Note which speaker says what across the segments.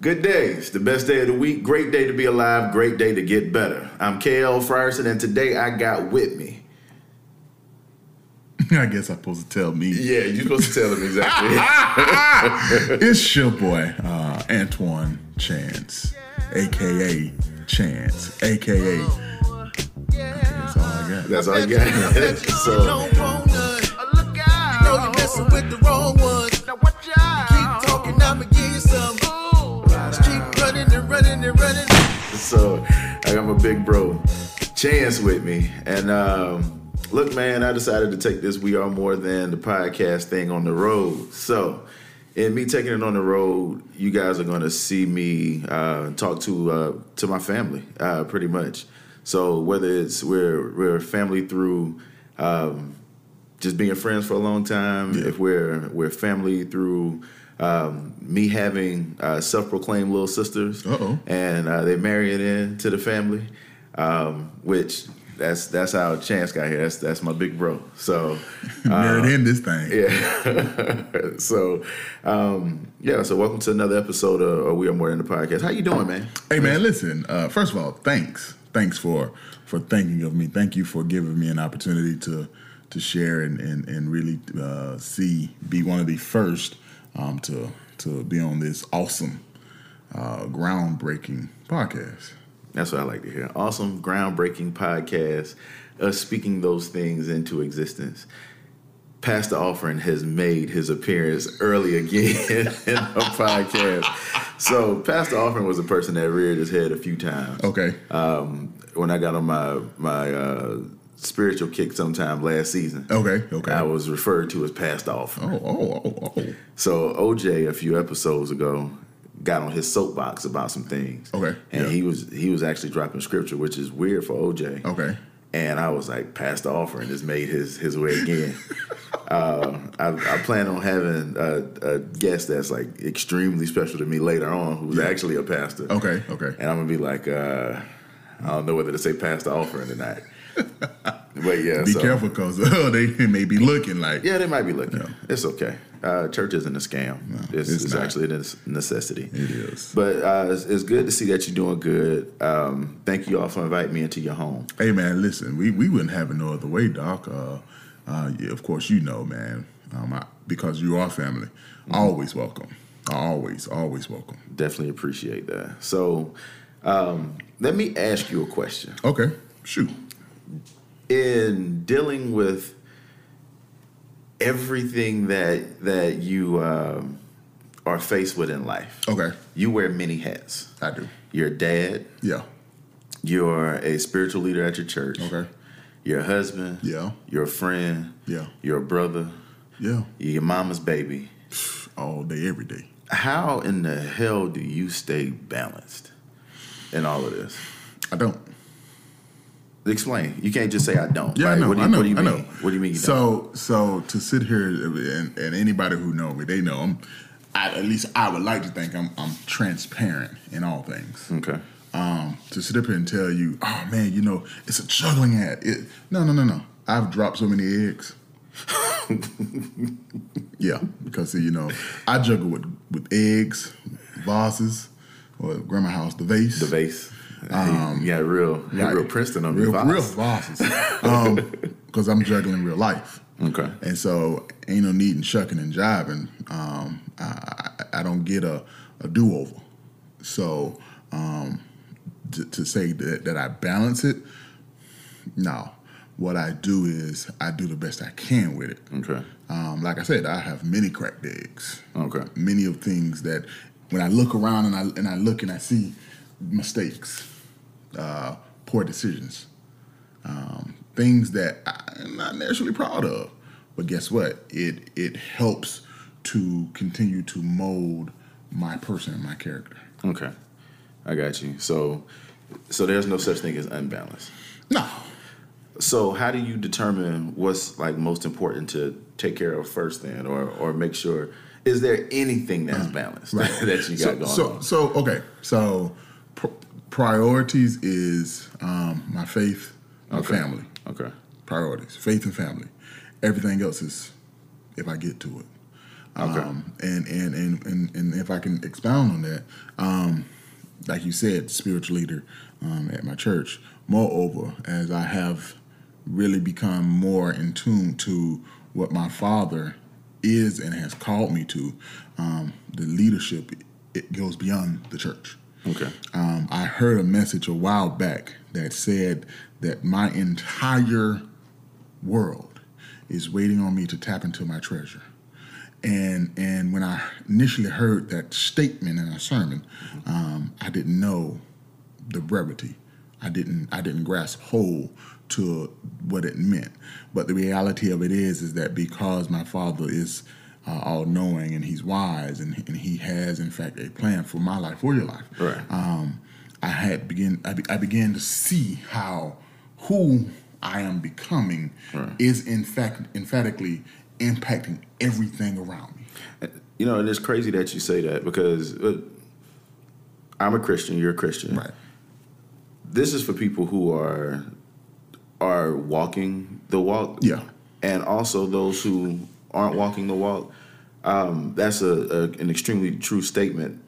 Speaker 1: Good days, the best day of the week, great day to be alive, great day to get better. I'm KL Frierson, and today I got with me.
Speaker 2: I guess I'm supposed to tell me.
Speaker 1: Yeah, you're supposed to tell him exactly.
Speaker 2: it's your boy, uh, Antoine Chance, aka Chance, aka. That's all oh,
Speaker 1: That's all
Speaker 2: I got.
Speaker 1: you got. so,
Speaker 3: Don't want none. You know you messing with the wrong ones. Keep talking, I'ma give you some. Just keep running and running and running.
Speaker 1: so I got my big bro, Chance, with me. And um, look, man, I decided to take this We Are More Than the podcast thing on the road. So, in me taking it on the road, you guys are going to see me uh, talk to uh, to my family, uh, pretty much. So whether it's we're we're family through um, just being friends for a long time, if we're we're family through um, me having uh, self-proclaimed little sisters,
Speaker 2: Uh-oh.
Speaker 1: and uh, they marrying in to the family, um, which that's that's how Chance got here. That's that's my big bro. So
Speaker 2: Married in this thing.
Speaker 1: yeah, so um, yeah. So welcome to another episode of of We Are More Than the Podcast. How you doing, man?
Speaker 2: Hey man, listen. Uh, first of all, thanks, thanks for for thinking of me. Thank you for giving me an opportunity to to share and and, and really uh, see be one of the first um, to to be on this awesome, uh, groundbreaking podcast.
Speaker 1: That's what I like to hear. Awesome, groundbreaking podcast, us speaking those things into existence. Pastor Offering has made his appearance early again in our podcast. So, Pastor Offering was a person that reared his head a few times.
Speaker 2: Okay.
Speaker 1: Um, when I got on my my uh, spiritual kick sometime last season,
Speaker 2: okay. Oh, Okay.
Speaker 1: I was referred to as Pastor Offering.
Speaker 2: oh oh oh oh.
Speaker 1: So OJ a few episodes ago got on his soapbox about some things.
Speaker 2: Okay,
Speaker 1: And
Speaker 2: yeah. Oh,
Speaker 1: he was he was actually dropping scripture, which is weird for OJ.
Speaker 2: Okay.
Speaker 1: And I was like, past the offering, just made his his way again. uh, I, I plan on having a, a guest that's like extremely special to me later on, who's actually a pastor.
Speaker 2: Okay. Okay.
Speaker 1: And I'm gonna be like, uh, I don't know whether to say past the offering or not. but yeah,
Speaker 2: Be
Speaker 1: so-
Speaker 2: careful 'cause careful, cause they may be looking like.
Speaker 1: yeah, they might be looking. It's okay. Uh, church isn't a scam. it's
Speaker 2: it's
Speaker 1: it's
Speaker 2: not.
Speaker 1: actually a necessity.
Speaker 2: It is.
Speaker 1: But uh, it's, it's good to see that you're doing good. Um, thank you all for inviting me into your home.
Speaker 2: Hey man, listen, we, we wouldn't have it no other way, Doc. Uh, uh, yeah, of course you know, man, um, I, because you are family.
Speaker 1: Mm-hmm.
Speaker 2: Always welcome. Always, always welcome.
Speaker 1: Definitely appreciate that. So um, let me ask you a question.
Speaker 2: Okay, shoot.
Speaker 1: In dealing with everything that that you um, are faced with in life,
Speaker 2: Okay,
Speaker 1: you wear many hats.
Speaker 2: I do.
Speaker 1: You're a dad.
Speaker 2: Yeah.
Speaker 1: You're a spiritual leader at your church.
Speaker 2: Okay.
Speaker 1: Your husband.
Speaker 2: Yeah.
Speaker 1: Your friend.
Speaker 2: Yeah.
Speaker 1: Your brother.
Speaker 2: Yeah.
Speaker 1: Your mama's baby.
Speaker 2: All day, every day.
Speaker 1: How in the hell do you stay balanced in all of this?
Speaker 2: I don't.
Speaker 1: Explain. You can't just say I don't.
Speaker 2: Yeah, I
Speaker 1: Like,
Speaker 2: know.
Speaker 1: What do you,
Speaker 2: I know.
Speaker 1: What do you
Speaker 2: I
Speaker 1: mean?
Speaker 2: know.
Speaker 1: What do you mean? You don't?
Speaker 2: so, so to sit here and, and anybody who know me, they know I'm. I, at least I would like to think I'm, I'm transparent in all things.
Speaker 1: okay. Hmm.
Speaker 2: um, to sit up here and tell you, oh man, you know, it's a juggling act. It, no, no, no, no. I've dropped so many eggs. yeah, because see, you know, I juggle with, with eggs, vases, or at grandma house the vase,
Speaker 1: The vase. Um, yeah, real, you got
Speaker 2: Right.
Speaker 1: real Princeton on
Speaker 2: real,
Speaker 1: your
Speaker 2: real
Speaker 1: vase.
Speaker 2: vases, because I'm juggling real life.
Speaker 1: Okay.
Speaker 2: And so ain't no need in shucking and jiving. Um, I, I, I don't get a, a do over. So um, to, to say that, that I balance it, no. What I do is I do the best I can with it.
Speaker 1: Okay.
Speaker 2: Um, like I said, I have many cracked eggs
Speaker 1: Okay.
Speaker 2: many of things that when I look around and I and I look and I see mistakes, uh, poor decisions, um, things that I'm not naturally proud of. But guess what? It it helps to continue to mold my person and my character.
Speaker 1: Okay. I got you. So, so there's no such thing as unbalanced.
Speaker 2: No,
Speaker 1: So how do you determine what's like most important to take care of first then or or make sure is there anything that's balanced that you got going
Speaker 2: Uh, so, so,
Speaker 1: on?
Speaker 2: So okay, so pr- priorities is um, my faith, my
Speaker 1: Okay.
Speaker 2: family.
Speaker 1: Okay.
Speaker 2: priorities, faith and family. Everything else is if I get to it.
Speaker 1: Okay.
Speaker 2: Um, and, and, and, and, and if I can expound on that, um, like you said, spiritual leader um, at my church. Moreover, as I have really become more in tune to what my father is and has called me to, um, the leadership it goes beyond the church
Speaker 1: Okay.
Speaker 2: um, I heard a message a while back that said that my entire world is waiting on me to tap into my treasure. And and when I initially heard that statement in a sermon, um, I didn't know the brevity. I didn't I didn't grasp whole to what it meant. But the reality of it is is that because my father is uh, all knowing and he's wise and, and he has in fact a plan for my life for your life.
Speaker 1: Right.
Speaker 2: Um, I had begin I, be, I began to see how who I am becoming
Speaker 1: Right.
Speaker 2: is in fact emphatically impacting everything around me.
Speaker 1: You know, and it's crazy that you say that because uh, I'm a Christian. You're a Christian. This is for people who are are walking the walk.
Speaker 2: Yeah.
Speaker 1: And also those who aren't walking the walk. Um, that's a, a an extremely true statement.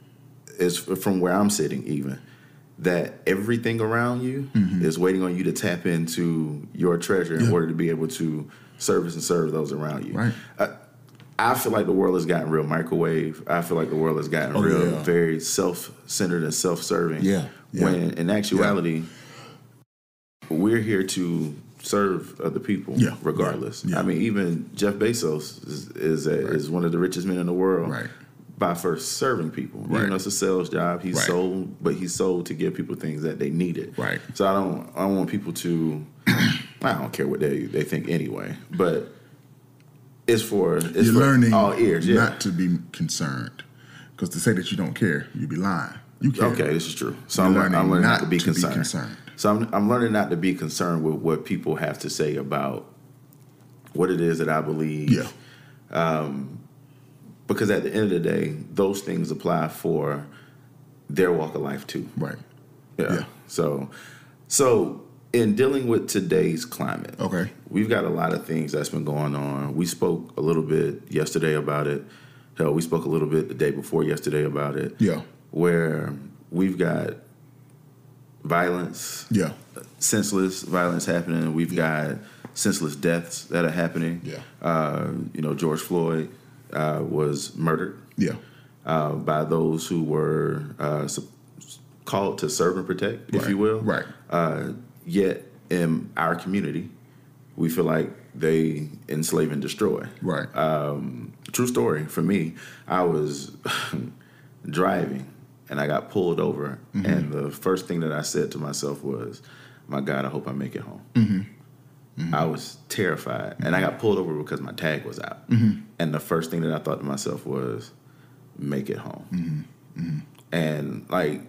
Speaker 1: Is from where I'm sitting even that everything around you is waiting on you to tap into your treasure in
Speaker 2: Mm-hmm. Yeah.
Speaker 1: order to be able to service and serve those around you. Uh,
Speaker 2: Right.
Speaker 1: I feel like the world has gotten real microwave. I feel like the world has gotten
Speaker 2: Oh,
Speaker 1: real
Speaker 2: yeah.
Speaker 1: very self centered and self serving.
Speaker 2: Yeah, yeah.
Speaker 1: When in actuality, we're here to serve other people
Speaker 2: Yeah,
Speaker 1: regardless.
Speaker 2: yeah, yeah.
Speaker 1: I mean, even Jeff Bezos is is, a, is one of the richest men in the world
Speaker 2: Right.
Speaker 1: by first serving people. You
Speaker 2: Right.
Speaker 1: know, it's a sales job. He
Speaker 2: Right.
Speaker 1: sold, but he sold to give people things that they needed.
Speaker 2: Right.
Speaker 1: So I don't I don't want people to I don't care what they they think anyway, but it's for it's
Speaker 2: You're
Speaker 1: for
Speaker 2: learning
Speaker 1: all ears, yeah.
Speaker 2: not to be concerned. Because to say that you don't care, you'd be lying. You care.
Speaker 1: Okay, this is true. So
Speaker 2: You're
Speaker 1: I'm learning, I'm
Speaker 2: learning
Speaker 1: learning not,
Speaker 2: not
Speaker 1: to be
Speaker 2: to be
Speaker 1: concerned.
Speaker 2: concerned.
Speaker 1: So I'm, I'm learning not to be concerned with what people have to say about what it is that I believe.
Speaker 2: Yeah.
Speaker 1: Because at the end of the day, those things apply for their walk of life too.
Speaker 2: Right.
Speaker 1: Yeah.
Speaker 2: Yeah.
Speaker 1: So, so in dealing with today's climate,
Speaker 2: Okay.
Speaker 1: we've got a lot of things that's been going on. We spoke a little bit yesterday about it. Hell, we spoke a little bit the day before yesterday about it.
Speaker 2: Yeah.
Speaker 1: Where we've got violence,
Speaker 2: Yeah.
Speaker 1: senseless violence happening. We've got senseless deaths that are happening.
Speaker 2: Yeah.
Speaker 1: Uh, you know, George Floyd uh, was murdered
Speaker 2: Yeah.
Speaker 1: uh, by those who were uh, sup- called to serve and protect, if
Speaker 2: Right,
Speaker 1: you will.
Speaker 2: right.
Speaker 1: Uh, yet in our community, we feel like they enslave and destroy.
Speaker 2: Right.
Speaker 1: Uh, True story for me, I was driving and I got pulled over, and the first thing that I said to myself was, "My God, I hope I make it home." I was terrified, and I got pulled over because my tag was out. And the first thing that I thought to myself was, "Make it home." And like,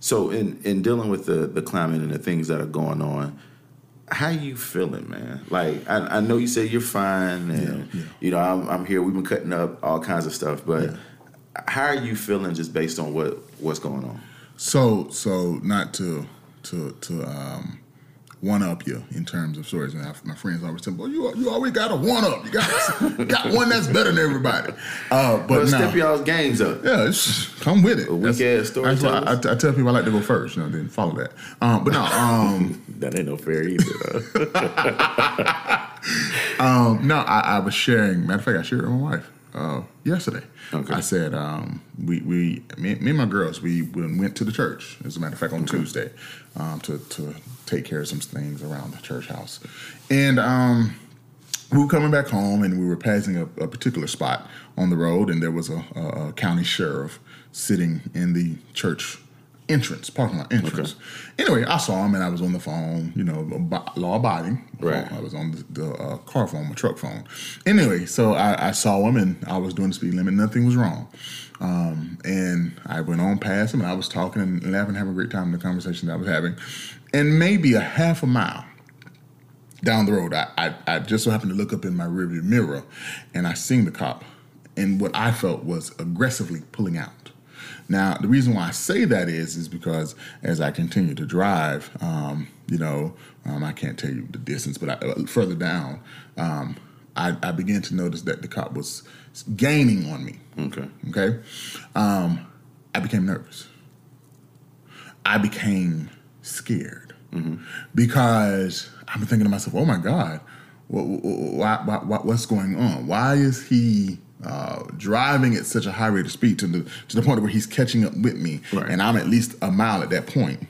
Speaker 1: so in in dealing with the the climate and the things that are going on, how you feeling, man? Like, I, I know you said you're fine, and
Speaker 2: Yeah, yeah.
Speaker 1: you know I'm, I'm here. We've been cutting up all kinds of stuff, but how are you feeling just based on what what's going on?
Speaker 2: So so not to to to um one up you in terms of stories, and I, my friends always tell me, "Well, you you always got a one up. You got got one that's better than everybody." Uh, but
Speaker 1: But
Speaker 2: nah.
Speaker 1: step y'all's games up.
Speaker 2: Yeah, it's, come with it.
Speaker 1: weak
Speaker 2: That's-
Speaker 1: ass story
Speaker 2: that's why I,
Speaker 1: tellers.
Speaker 2: I tell people I like to go first. You know, then follow that. Um, but no, um,
Speaker 1: That ain't no fair either. though.
Speaker 2: um, no, I, I was sharing. Matter of fact, I shared it with my wife uh, yesterday.
Speaker 1: Okay.
Speaker 2: I said um, we we me, me and my girls we went went to the church. As a matter of fact, on Tuesday um, to to take care of some things around the church house, and. Um, we were coming back home and we were passing a, a particular spot on the road and there was a, a, a county sheriff sitting in the church entrance parking lot entrance anyway i saw him and i was on the phone you know ab- law abiding
Speaker 1: Right.
Speaker 2: i was on the, the uh, car phone my truck phone anyway so I, I saw him and i was doing the speed limit nothing was wrong um, and i went on past him and i was talking and laughing having a great time in the conversation that i was having and maybe a half a mile down the road, I, I, I just so happened to look up in my rearview mirror and I seen the cop and what I felt was aggressively pulling out. Now, the reason why I say that is, is because as I continue to drive, um, you know, um, I can't tell you the distance, but I, uh, further down, um, I, I began to notice that the cop was gaining on me.
Speaker 1: Okay.
Speaker 2: Okay. Um, I became nervous. I became scared because I'm thinking to myself, "Oh my God, what, what, what's going on? Why is he uh, driving at such a high rate of speed to the to the point where he's catching up with me,
Speaker 1: Right.
Speaker 2: and I'm at least a mile at that point,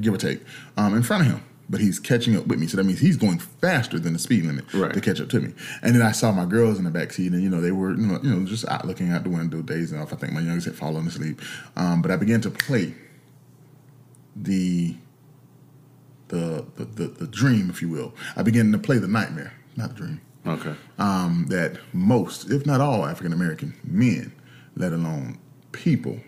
Speaker 2: give or take, um, in front of him." But he's catching up with me, so that means he's going faster than the speed limit
Speaker 1: Right.
Speaker 2: to catch up to me. And then I saw my girls in the back seat, and you know they were, you know, you know, just out looking out the window, dazing off. I think my youngest had fallen asleep, um, but I began to play the the, the the the dream, if you will. I began to play the nightmare, not the dream,
Speaker 1: Okay.
Speaker 2: um, that most, if not all, African American men, let alone people,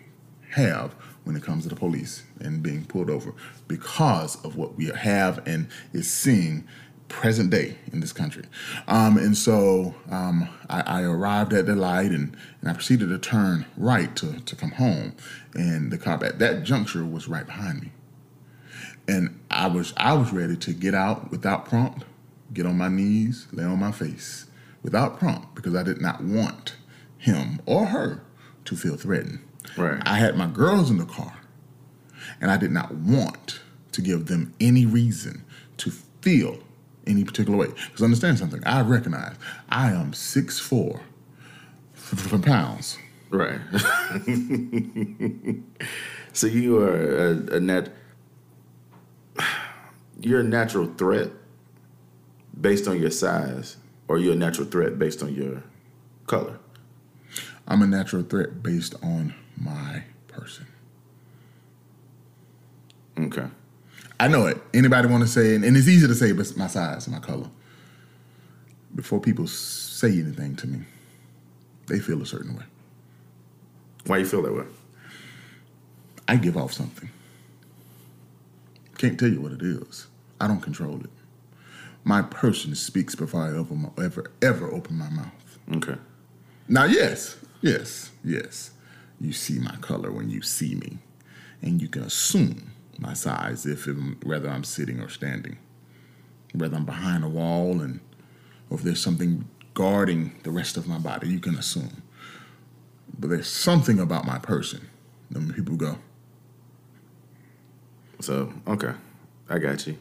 Speaker 2: have when it comes to the police and being pulled over because of what we have and is seeing present day in this country. Um, and so um, I, I arrived at the light and, and I proceeded to turn right to, to come home. And the cop at that juncture was right behind me and I was I was ready to get out without prompt, get on my knees, lay on my face without prompt because I did not want him or her to feel threatened.
Speaker 1: Right.
Speaker 2: I had my girls in the car, and I did not want to give them any reason to feel any particular way. Because understand something, I recognize I am 6'4 f- f- pounds.
Speaker 1: Right. so you are a, a nat. You're a natural threat based on your size, or you're a natural threat based on your color.
Speaker 2: I'm a natural threat based on my person.
Speaker 1: Okay.
Speaker 2: I know it. Anybody want to say, and, and it's easy to say, but it's my size, my color. Before people say anything to me, they feel a certain way.
Speaker 1: Why you feel that way?
Speaker 2: I give off something. Can't tell you what it is. I don't control it. My person speaks before I ever, ever, ever open my mouth.
Speaker 1: Okay.
Speaker 2: Now, yes, yes, yes. You see my color when you see me, and you can assume my size if I'm, whether I'm sitting or standing, whether I'm behind a wall, and or if there's something guarding the rest of my body, you can assume. But there's something about my person. Then people go,
Speaker 1: So okay, I got you.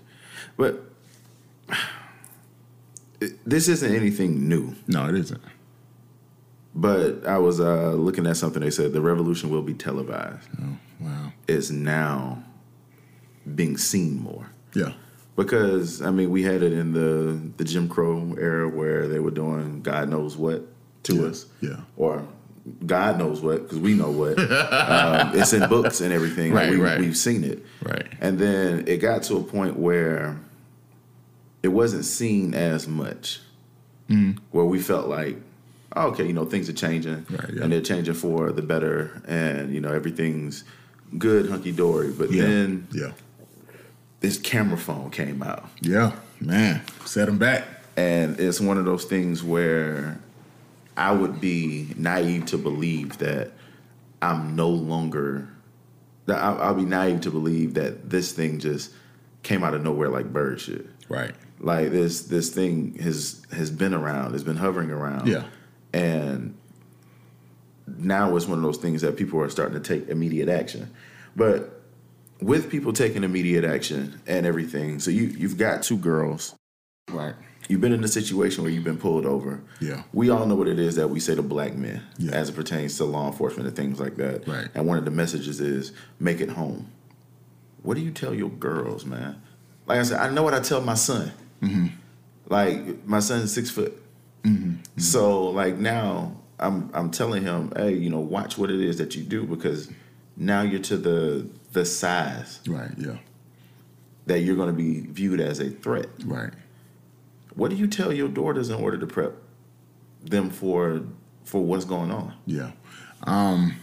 Speaker 1: But it, this isn't anything new.
Speaker 2: "No, it isn't."
Speaker 1: But I was uh, looking at something. They said the revolution will be televised.
Speaker 2: Oh, wow.
Speaker 1: It's now being seen more.
Speaker 2: Yeah,
Speaker 1: because I mean we had it in the the Jim Crow era where they were doing God knows what to
Speaker 2: Yeah,
Speaker 1: us,
Speaker 2: yeah.
Speaker 1: or God knows what because we know what. um, it's in books and everything.
Speaker 2: Right,
Speaker 1: we,
Speaker 2: right.
Speaker 1: We've seen it,
Speaker 2: Right.
Speaker 1: And then it got to a point where it wasn't seen as much,
Speaker 2: Mm.
Speaker 1: where we felt like. oh, Okay, you know things are changing,
Speaker 2: Right, yeah.
Speaker 1: and they're changing for the better, and you know everything's good, hunky dory. But
Speaker 2: yeah,
Speaker 1: then
Speaker 2: yeah,
Speaker 1: this camera phone came out,
Speaker 2: yeah. Man, set them back.
Speaker 1: and it's one of those things where I would be naive to believe that I'm no longer. That I- I'll be naive to believe that this thing just came out of nowhere like bird shit.
Speaker 2: Right.
Speaker 1: Like this, this thing has has been around. It's been hovering around.
Speaker 2: Yeah.
Speaker 1: and now it's one of those things that people are starting to take immediate action. But with people taking immediate action and everything, so you you've got two girls
Speaker 2: Right.
Speaker 1: you've been in a situation where you've been pulled over.
Speaker 2: Yeah.
Speaker 1: We all know what it is that we say to black men
Speaker 2: Yeah.
Speaker 1: as it pertains to law enforcement and things like that.
Speaker 2: Right.
Speaker 1: And one of the messages is make it home. What do you tell your girls, man? Like I said, I know what I tell my son.
Speaker 2: Mm-hmm.
Speaker 1: Like my son's six foot.
Speaker 2: Mm-hmm.
Speaker 1: So like now I'm I'm telling him, hey, you know, watch what it is that you do because now you're to the the size
Speaker 2: Right. Yeah.
Speaker 1: that you're going to be viewed as a threat
Speaker 2: Right.
Speaker 1: what do you tell your daughters in order to prep them for for what's going on?
Speaker 2: Yeah. Um,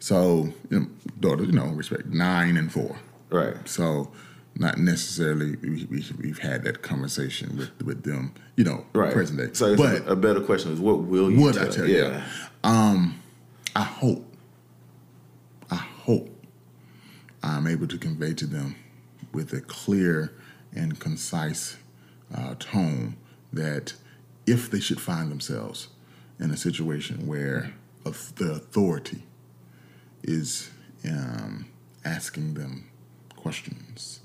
Speaker 2: so, you know, daughter, you know, respect nine and four.
Speaker 1: Right.
Speaker 2: So, not necessarily we, we, we've had that conversation with, with them, you know,
Speaker 1: Right.
Speaker 2: present day.
Speaker 1: So, it's
Speaker 2: but
Speaker 1: a, a better question is, what will you?
Speaker 2: would
Speaker 1: tell?
Speaker 2: I tell you? Um, I hope, I hope I'm able to convey to them with a clear and concise uh, tone that if they should find themselves in a situation where of the authority is um, asking them questions,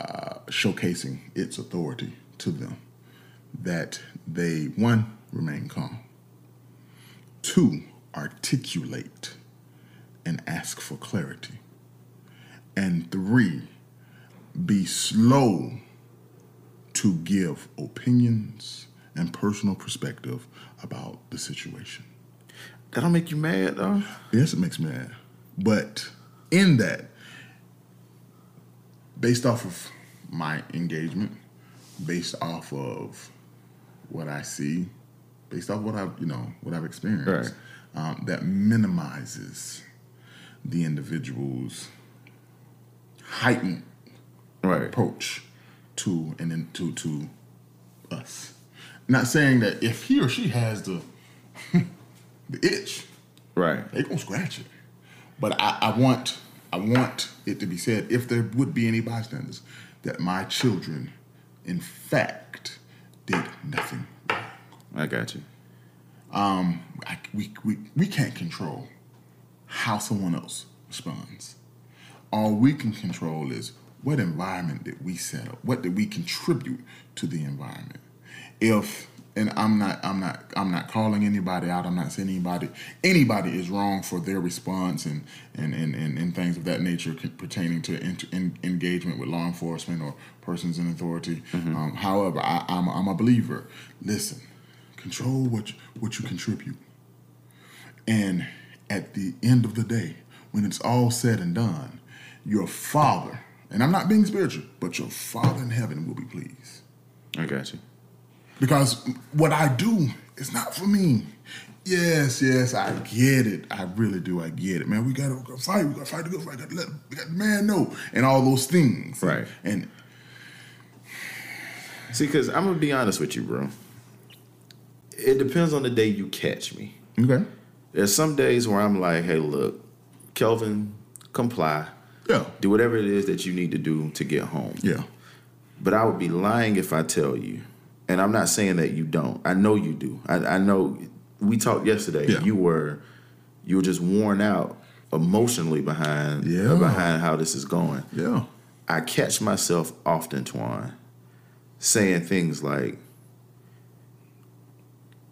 Speaker 2: uh, showcasing its authority to them, that they, one, remain calm, two, articulate and ask for clarity, and three, be slow to give opinions and personal perspective about the situation.
Speaker 1: That don't make you mad, though.
Speaker 2: Yes, it makes me mad. But in that, based off of my engagement, based off of what I see, based off what I've you know what I've experienced, um, that minimizes the individual's heightened
Speaker 1: Right.
Speaker 2: approach to and then to to us. Not saying that if he or she has the the itch,
Speaker 1: Right.
Speaker 2: they gonna scratch it. But I, I want I want it to be said if there would be any bystanders that my children, in fact, did nothing. wrong.
Speaker 1: I got you.
Speaker 2: I, we, we we can't control how someone else responds. All we can control is what environment did we set up? What did we contribute to the environment? If and I'm not I'm not I'm not calling anybody out. I'm not saying anybody anybody is wrong for their response and and and, and, and things of that nature con- pertaining to inter, en- engagement with law enforcement or persons in authority. Um, however, I, I'm I'm a believer. Listen, control what you, what you contribute. And at the end of the day, when it's all said and done, your Father, and I'm not being spiritual, but your Father in heaven will be pleased.
Speaker 1: I got you.
Speaker 2: Because what I do is not for me. Yes, yes, I get it. I really do. I get it, man. We gotta, we gotta fight. We gotta fight the good fight. Gotta let, we gotta, man, know, and all those things.
Speaker 1: Right.
Speaker 2: And
Speaker 1: See, because I'm gonna be honest with you, bro. It depends on the day you catch me.
Speaker 2: okay,
Speaker 1: There's some days where I'm like, hey, look, Kelvin, comply.
Speaker 2: yeah,
Speaker 1: Do whatever it is that you need to do to get home.
Speaker 2: yeah,
Speaker 1: But I would be lying if I tell you. And I'm not saying that you don't. I know you do. I, I know we talked yesterday.
Speaker 2: Yeah.
Speaker 1: You were you were just worn out emotionally behind
Speaker 2: Yeah.
Speaker 1: behind how this is going.
Speaker 2: yeah,
Speaker 1: I catch myself often, Twan, saying things like,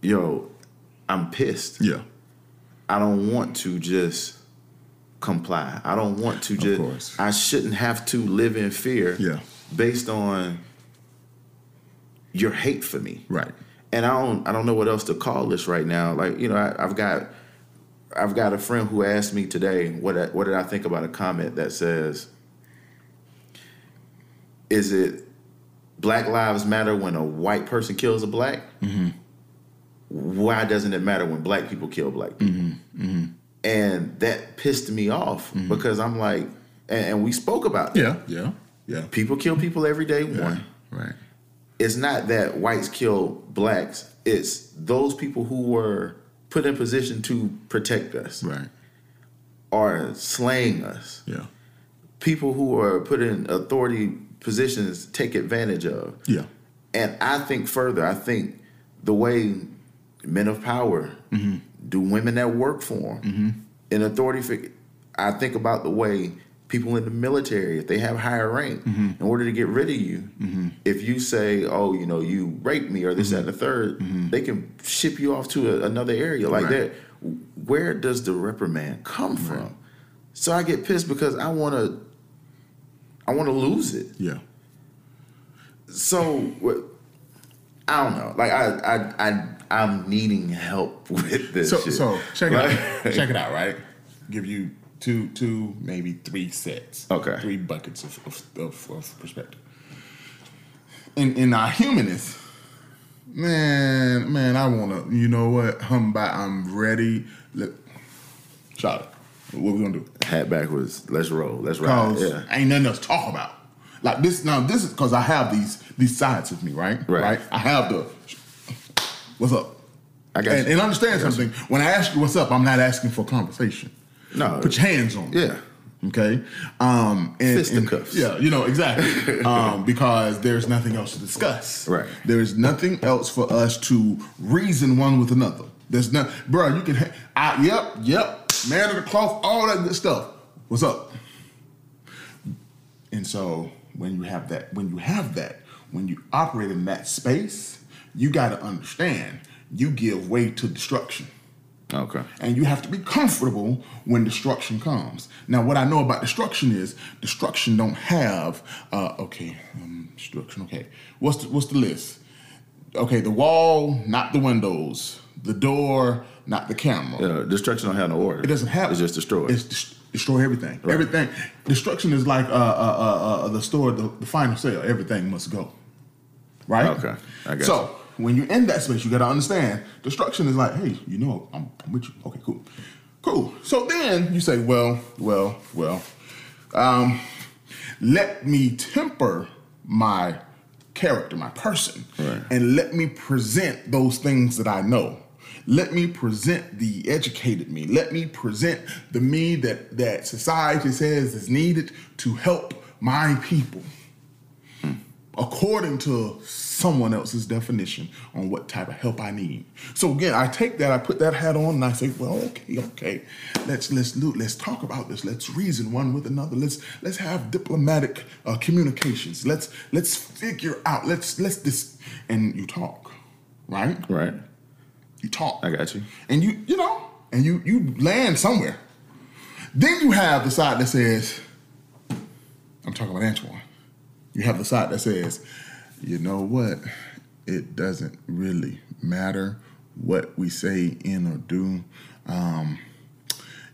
Speaker 1: yo, I'm pissed.
Speaker 2: yeah.
Speaker 1: I don't want to just comply. I don't want to just.
Speaker 2: course.
Speaker 1: I shouldn't have to live in fear.
Speaker 2: Yeah.
Speaker 1: Based on your hate for me.
Speaker 2: Right.
Speaker 1: And I don't. I don't know what else to call this right now. Like you know, I, I've got. I've got a friend who asked me today what I, what did I think about a comment that says, "Is it Black Lives Matter when a white person kills a black? Why doesn't it matter when black people kill black people?" and that pissed me off because I'm like, and, and we spoke about that.
Speaker 2: Yeah, yeah, yeah.
Speaker 1: People kill people every day. One,
Speaker 2: Right.
Speaker 1: it's not that whites kill blacks. It's those people who were put in position to protect us
Speaker 2: Right.
Speaker 1: are slaying us.
Speaker 2: Yeah.
Speaker 1: People who are put in authority positions take advantage of.
Speaker 2: Yeah.
Speaker 1: And I think further. I think the way men of power do women that work for them in authority. Fig- I think about the way people in the military, if they have higher rank, in order to get rid of you, if you say, "Oh, you know, you raped me," or this, that, and the 3rd they can ship you off to a, another area like that.
Speaker 2: Right.
Speaker 1: Where does the reprimand come from? So I get pissed because I want to. I want to lose it
Speaker 2: Yeah.
Speaker 1: so wh- I don't know. Like I I I I'm needing help with this.
Speaker 2: So,
Speaker 1: shit.
Speaker 2: so check it out.
Speaker 1: Like-
Speaker 2: check it out. Right. Give you two, two, maybe three sets.
Speaker 1: Okay.
Speaker 2: Three buckets of of, of, of perspective. In in our humanness, man, man, I wanna. You know what? Hum by. I'm ready. Look, Charlie, what we gonna do?
Speaker 1: Hat backwards. Let's roll. Let's ride.
Speaker 2: Cause
Speaker 1: Yeah.
Speaker 2: ain't nothing else to talk about. Like this now, this is cause I have these these sides of me, right?
Speaker 1: Right.
Speaker 2: I have the what's up?
Speaker 1: I got
Speaker 2: And,
Speaker 1: you.
Speaker 2: and understand something. When I ask you what's up, I'm not asking for a conversation.
Speaker 1: No.
Speaker 2: Put your hands on me.
Speaker 1: Yeah.
Speaker 2: Okay. Um, and,
Speaker 1: Fisticuffs.
Speaker 2: And, yeah, you know, exactly. um, because there's nothing else to discuss.
Speaker 1: Right.
Speaker 2: There's nothing else for us to reason one with another. There's no, bro, you can, ha- I, yep, yep, man of the cloth, all that good stuff. What's up? And so when you have that, when you have that, when you operate in that space, you got to understand you give way to destruction
Speaker 1: Okay.
Speaker 2: and you have to be comfortable when destruction comes. Now, what I know about destruction is destruction don't have uh, okay, um, destruction. Okay, what's the, what's the list? Okay, the wall, not the windows. The door, not the camera.
Speaker 1: Uh, destruction don't have no order.
Speaker 2: It doesn't happen.
Speaker 1: It's just destroyed.
Speaker 2: It's des- destroy everything. Everything. Destruction is like uh, uh, uh, uh, the store, the, the final sale. Everything must go. Right.
Speaker 1: Okay, I got
Speaker 2: So when you're in that space, you got to understand destruction is like, hey, you know, I'm, I'm with you. Okay, cool, cool. So then you say, well, well, well, um, let me temper my character, my person,
Speaker 1: Right.
Speaker 2: and let me present those things that I know. Let me present the educated me. Let me present the me that that society says is needed to help my people according to someone else's definition on what type of help I need. So again, I take that, I put that hat on, and I say, well, okay, okay, let's let's do, let's talk about this. Let's reason one with another. Let's let's have diplomatic uh, communications. Let's let's figure out. Let's let's this and you talk, right?
Speaker 1: right.
Speaker 2: You talk
Speaker 1: I got you.
Speaker 2: and you you know and you you land somewhere then you have the side that says i'm talking about antoine you have the side that says you know what it doesn't really matter what we say in or do um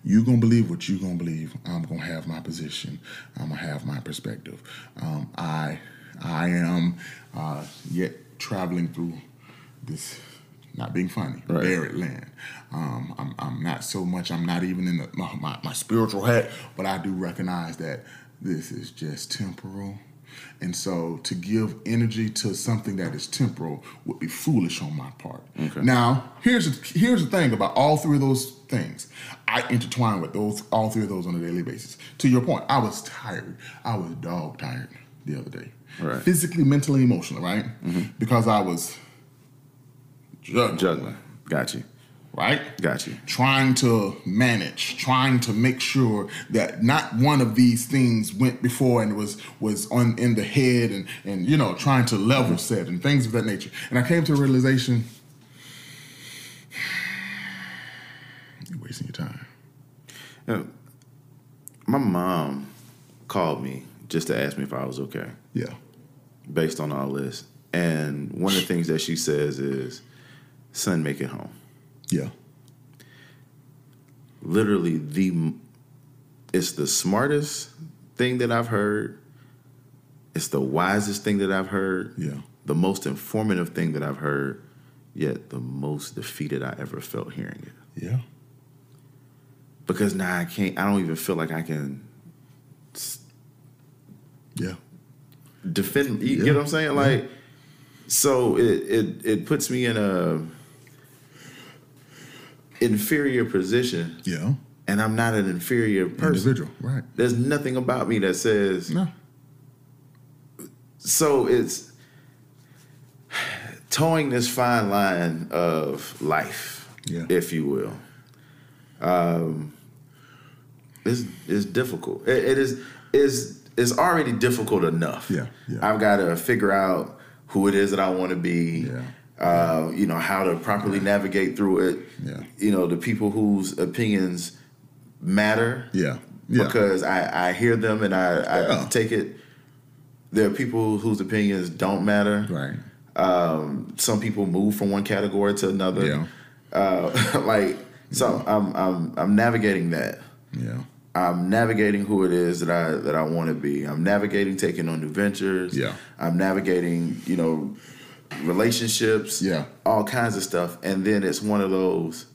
Speaker 2: you gonna believe what you gonna believe. I'm gonna have my position. I'm gonna have my perspective. Um, I I am uh, yet traveling through this, not being funny,
Speaker 1: Right.
Speaker 2: buried land. Um, I'm, I'm not so much. I'm not even in the, my, my my spiritual hat, but I do recognize that this is just temporal. And so, to give energy to something that is temporal would be foolish on my part.
Speaker 1: Okay.
Speaker 2: Now, here's the, here's the thing about all three of those things. I intertwine with those all three of those on a daily basis. To your point, I was tired. I was dog tired the other day,
Speaker 1: Right. Mm-hmm.
Speaker 2: physically, mentally, emotionally, right? Because I was juggling,
Speaker 1: Juggling. Got you.
Speaker 2: right?
Speaker 1: Got you.
Speaker 2: Trying to manage, trying to make sure that not one of these things went before and was was on in the head and and you know trying to level set and things of that nature. And I came to a realization: you're wasting your time.
Speaker 1: Yeah. My mom called me just to ask me if I was okay
Speaker 2: Yeah,
Speaker 1: based on all this. And one of the things that she says is, son, make it home.
Speaker 2: yeah,
Speaker 1: Literally, the m- it's the smartest thing that I've heard. It's the wisest thing that I've heard.
Speaker 2: yeah,
Speaker 1: The most informative thing that I've heard, yet the most defeated I ever felt hearing it.
Speaker 2: yeah,
Speaker 1: Because now I can't, I don't even feel like I can
Speaker 2: yeah,
Speaker 1: defend. You
Speaker 2: Yeah.
Speaker 1: get what I'm saying? Like, so it it it puts me in a inferior position,
Speaker 2: yeah.
Speaker 1: and I'm not an inferior person.
Speaker 2: Individual, right?
Speaker 1: There's nothing about me that says
Speaker 2: No,
Speaker 1: so. It's towing this fine line of life,
Speaker 2: Yeah.
Speaker 1: if you will. Um, it's it's difficult. It, it is is it's already difficult enough.
Speaker 2: Yeah, yeah.
Speaker 1: I've got to figure out who it is that I want to be.
Speaker 2: Yeah.
Speaker 1: Uh, you know how to properly navigate through it.
Speaker 2: Yeah.
Speaker 1: You know the people whose opinions matter.
Speaker 2: yeah, yeah,
Speaker 1: Because I I hear them and I
Speaker 2: Yeah.
Speaker 1: I take it. There are people whose opinions don't matter.
Speaker 2: right,
Speaker 1: Some people move from one category to another.
Speaker 2: yeah,
Speaker 1: Uh, like so,
Speaker 2: Mm-hmm.
Speaker 1: I'm I'm I'm navigating that.
Speaker 2: yeah,
Speaker 1: I'm navigating who it is that I that I want to be. I'm navigating taking on new ventures.
Speaker 2: Yeah.
Speaker 1: I'm navigating, you know, relationships.
Speaker 2: Yeah.
Speaker 1: All kinds of stuff. And then it's one of those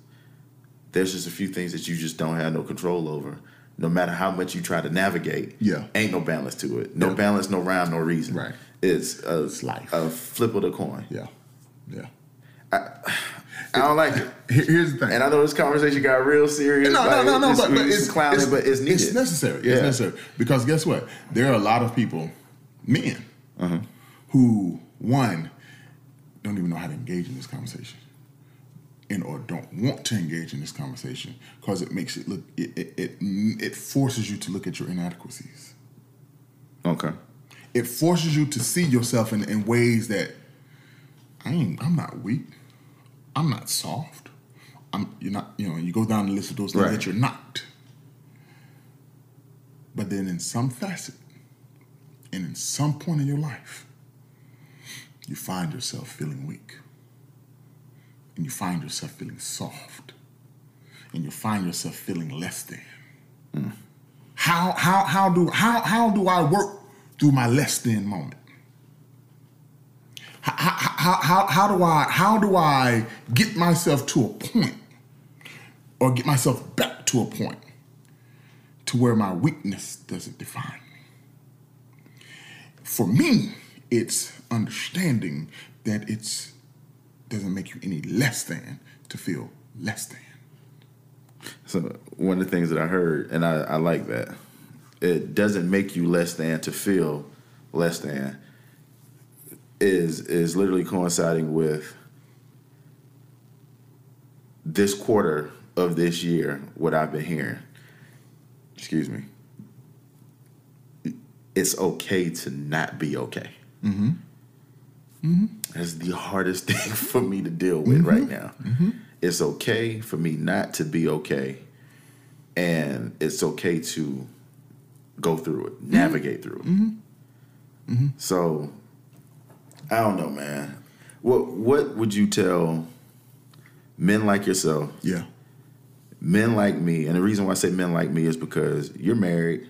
Speaker 1: there's just a few things that you just don't have no control over. No matter how much you try to navigate.
Speaker 2: Yeah.
Speaker 1: Ain't no balance to it. No
Speaker 2: Yeah.
Speaker 1: balance, no rhyme, no reason.
Speaker 2: Right.
Speaker 1: It's a,
Speaker 2: life.
Speaker 1: a flip of the coin.
Speaker 2: yeah, yeah.
Speaker 1: I don't like it.
Speaker 2: Here- Here's the thing.
Speaker 1: And I know this conversation got real serious.
Speaker 2: No, no,
Speaker 1: like,
Speaker 2: no, no.
Speaker 1: It's,
Speaker 2: But, but
Speaker 1: it's
Speaker 2: it's
Speaker 1: clowning, but it's needed.
Speaker 2: necessary. It's
Speaker 1: Yeah.
Speaker 2: necessary because guess what? There are a lot of people, men,
Speaker 1: Uh-huh.
Speaker 2: who one don't even know how to engage in this conversation, and or don't want to engage in this conversation because it makes it look it it, it it forces you to look at your inadequacies.
Speaker 1: Okay.
Speaker 2: It forces you to see yourself in, in ways that I ain't, I'm not weak. I'm not soft. I'm you're not you know you go down the list of those things
Speaker 1: Right.
Speaker 2: that you're not. But then in some facet and in some point in your life, you find yourself feeling weak. And you find yourself feeling soft. And you find yourself feeling less than. How how how do how how do I work through my less than moment? How, how, how, how do I how do I get myself to a point or get myself back to a point to where my weakness doesn't define me? For me, it's understanding that it's doesn't make you any less than to feel less than.
Speaker 1: So one of the things that I heard, and I, I like that, it doesn't make you less than to feel less than. Is is literally coinciding with this quarter of this year, what I've been hearing. Excuse me. It's okay to not be okay. Mm-hmm. Mm-hmm. That's the hardest thing for me to deal with right now. It's okay for me not to be okay, and it's okay to go through it, navigate through it. So, I don't know, man. What what would you tell men like yourself
Speaker 2: Yeah.
Speaker 1: men like me, and the reason why I say men like me is because you're married,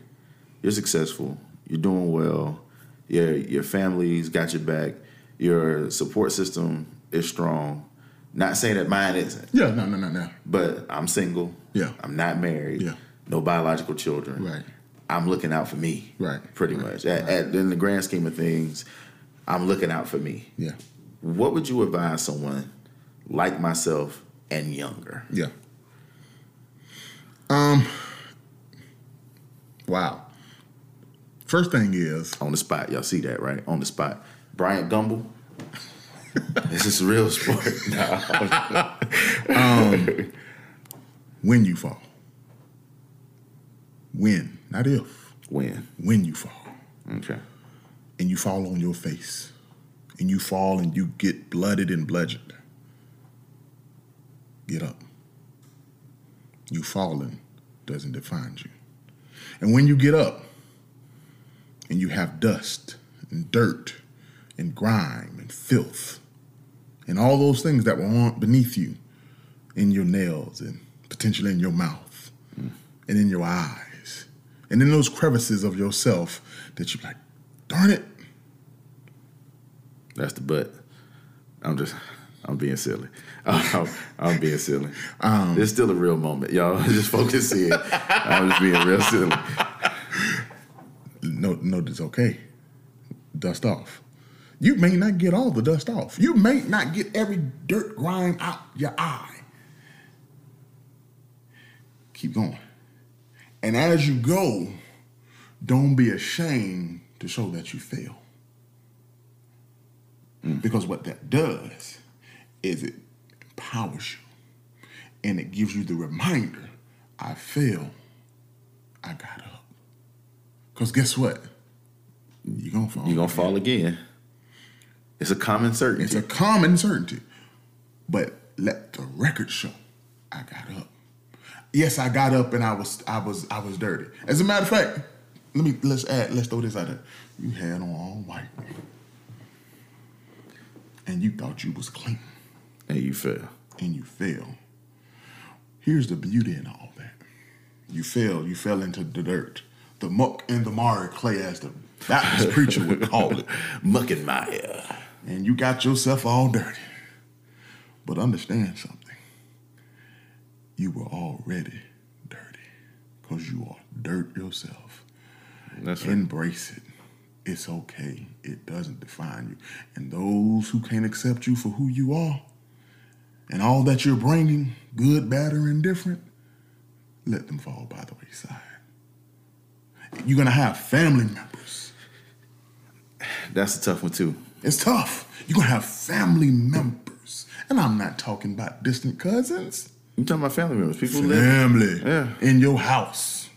Speaker 1: you're successful, you're doing well, your your family's got your back, your support system is strong. Not saying that mine isn't,
Speaker 2: Yeah, no, no, no, no.
Speaker 1: but I'm single.
Speaker 2: Yeah.
Speaker 1: I'm not married.
Speaker 2: Yeah.
Speaker 1: No biological children.
Speaker 2: Right.
Speaker 1: I'm looking out for me.
Speaker 2: Right.
Speaker 1: Pretty much. At, at, in the grand scheme of things, I'm looking out for me.
Speaker 2: Yeah.
Speaker 1: What would you advise someone like myself and younger?
Speaker 2: Yeah. Um. Wow. First thing is
Speaker 1: on the spot. Y'all see that, right? On the spot. Bryant Gumble. this is real sport. Nah.
Speaker 2: when you fall. When, not if,
Speaker 1: Win.
Speaker 2: when you fall.
Speaker 1: Okay.
Speaker 2: And you fall on your face. And you fall and you get blooded and bludgeoned. Get up. You falling doesn't define you. And when you get up and you have dust and dirt and grime and filth and all those things that were on beneath you in your nails and potentially in your mouth and in your eyes and in those crevices of yourself that you're like, darn it,
Speaker 1: That's the butt. I'm just, I'm being silly. I'm, I'm being silly. it's still a real moment, y'all. Just focus in. I'm just being real silly.
Speaker 2: no, no, it's okay. Dust off. You may not get all the dust off. You may not get every dirt grime out your eye. Keep going. And as you go, don't be ashamed to show that you fail. Because what that does is it empowers you and it gives you the reminder I fail, I got up. Because guess what? You're going to fall.
Speaker 1: You're gonna fall again. It's a common
Speaker 2: It's
Speaker 1: certainty.
Speaker 2: a common certainty. But let the record show I got up. Yes, I got up and I was I was I was dirty. As a matter of fact, let me let's add, let's throw this out there. You had on all white. And you thought you was clean
Speaker 1: and you fail.
Speaker 2: and you fail. Here's the beauty in all that. You fail, you fell into the dirt. The muck and the mire clay as the Baptist preacher would call it
Speaker 1: Mucking my hair.
Speaker 2: and you got yourself all dirty. But understand something. You were already dirty because you are dirt yourself.
Speaker 1: That's right.
Speaker 2: Embrace it. It's okay. It doesn't define you. And those who can't accept you for who you are, and all that you're bringing, good, bad, or indifferent, let them fall by the wayside. You're gonna have family members.
Speaker 1: That's a tough one too.
Speaker 2: It's tough. You're gonna have family members, and I'm not talking about distant cousins.
Speaker 1: You talking about family members? People live.
Speaker 2: Family
Speaker 1: Yeah.
Speaker 2: in your house.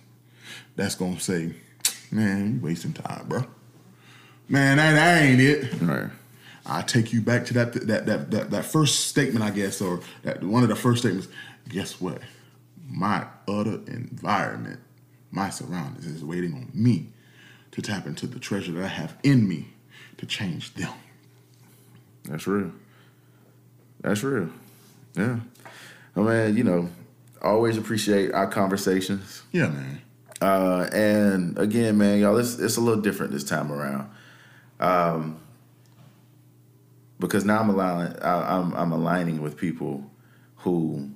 Speaker 2: That's gonna say, man, you wasting time, bro. Man, that, that ain't it.
Speaker 1: All right.
Speaker 2: I take you back to that that that that, that first statement, I guess, or that one of the first statements. Guess what? My utter environment, my surroundings, is waiting on me to tap into the treasure that I have in me to change them.
Speaker 1: That's real. That's real. Yeah. I mean, you know, always appreciate our conversations.
Speaker 2: Yeah, man.
Speaker 1: Uh, and again, man, y'all, it's, it's a little different this time around, um, because now I'm aligning, I, I'm, I'm aligning with people who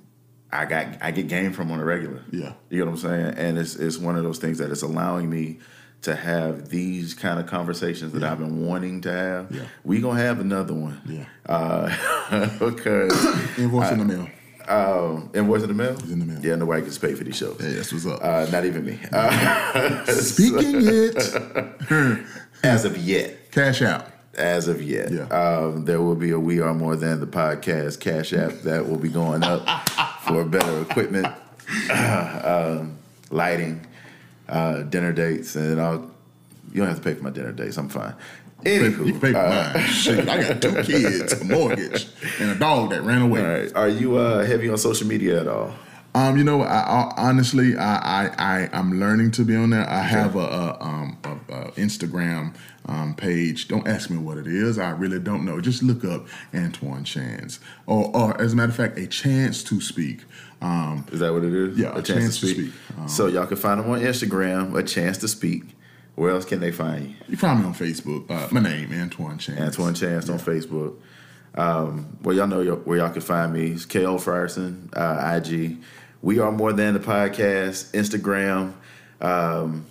Speaker 1: I got I get game from on a regular.
Speaker 2: Yeah.
Speaker 1: you know what I'm saying. And it's it's one of those things that it's allowing me to have these kind of conversations that I've been wanting to have.
Speaker 2: Yeah.
Speaker 1: We gonna have another one.
Speaker 2: Yeah.
Speaker 1: Uh, because
Speaker 2: Invoice in the mail.
Speaker 1: um, invoice in the mail.
Speaker 2: in the mail.
Speaker 1: Yeah, nobody gets paid for these shows.
Speaker 2: Hey, that's what's up.
Speaker 1: Uh, not even me. Uh,
Speaker 2: Speaking it,
Speaker 1: as of yet.
Speaker 2: cash out.
Speaker 1: As of yet,
Speaker 2: Yeah.
Speaker 1: um, there will be a "We Are More Than" the podcast cash app that will be going up for better equipment, um, lighting, uh, dinner dates, and all. You don't have to pay for my dinner dates. I'm fine.
Speaker 2: You
Speaker 1: Anywho,
Speaker 2: can pay for
Speaker 1: uh,
Speaker 2: mine. Shit, I got two kids, a mortgage, and a dog that ran away.
Speaker 1: all right. Are you uh, heavy on social media at all?
Speaker 2: Um, you know, I, I honestly, I, I, I, I'm learning to be on there. I have a, a um, a, a Instagram um, page. Don't ask me what it is. I really don't know. Just look up Antoine Chance, or, or as a matter of fact, a chance to speak. Um,
Speaker 1: Is that what it is?
Speaker 2: Yeah, A Chance to Speak. Um,
Speaker 1: so y'all can find them on Instagram, A Chance to Speak. Where else can they find you?
Speaker 2: you find me on Facebook. Uh, my name Antoine Chance.
Speaker 1: Antoine Chance on Facebook. Um, well, y'all know your, where y'all can find me. It's K.O. Frierson, uh, IG. We are more than the podcast, Instagram. Um,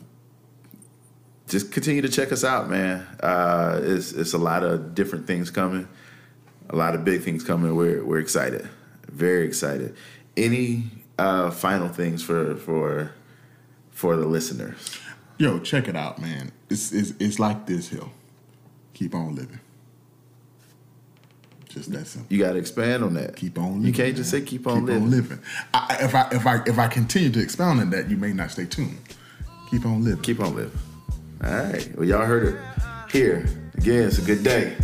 Speaker 1: just continue to check us out, man. Uh, it's, it's a lot of different things coming, a lot of big things coming. We're, we're excited, very excited. Any uh, final things for, for, for the listeners?
Speaker 2: Yo, check it out, man. It's it's, it's like this hill. Keep on living. Just that simple.
Speaker 1: You got to expand on that.
Speaker 2: Keep on living.
Speaker 1: You can't just
Speaker 2: man.
Speaker 1: say keep on living.
Speaker 2: I, I- if I if I if I continue to expound on that, you may not stay tuned. Keep on living.
Speaker 1: Keep on living. All right. Well, y'all heard it here. Again, it's a good day.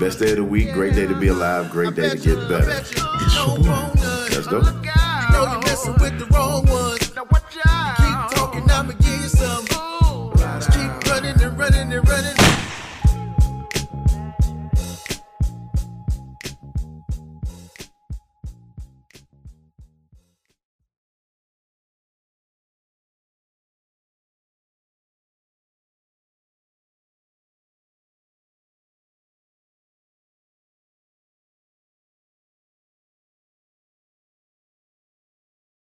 Speaker 1: Best day of the week. Great day to be alive. Great day to get better.
Speaker 3: It's your boy.
Speaker 1: Let's go.
Speaker 3: You know you're messing with the wrong ones.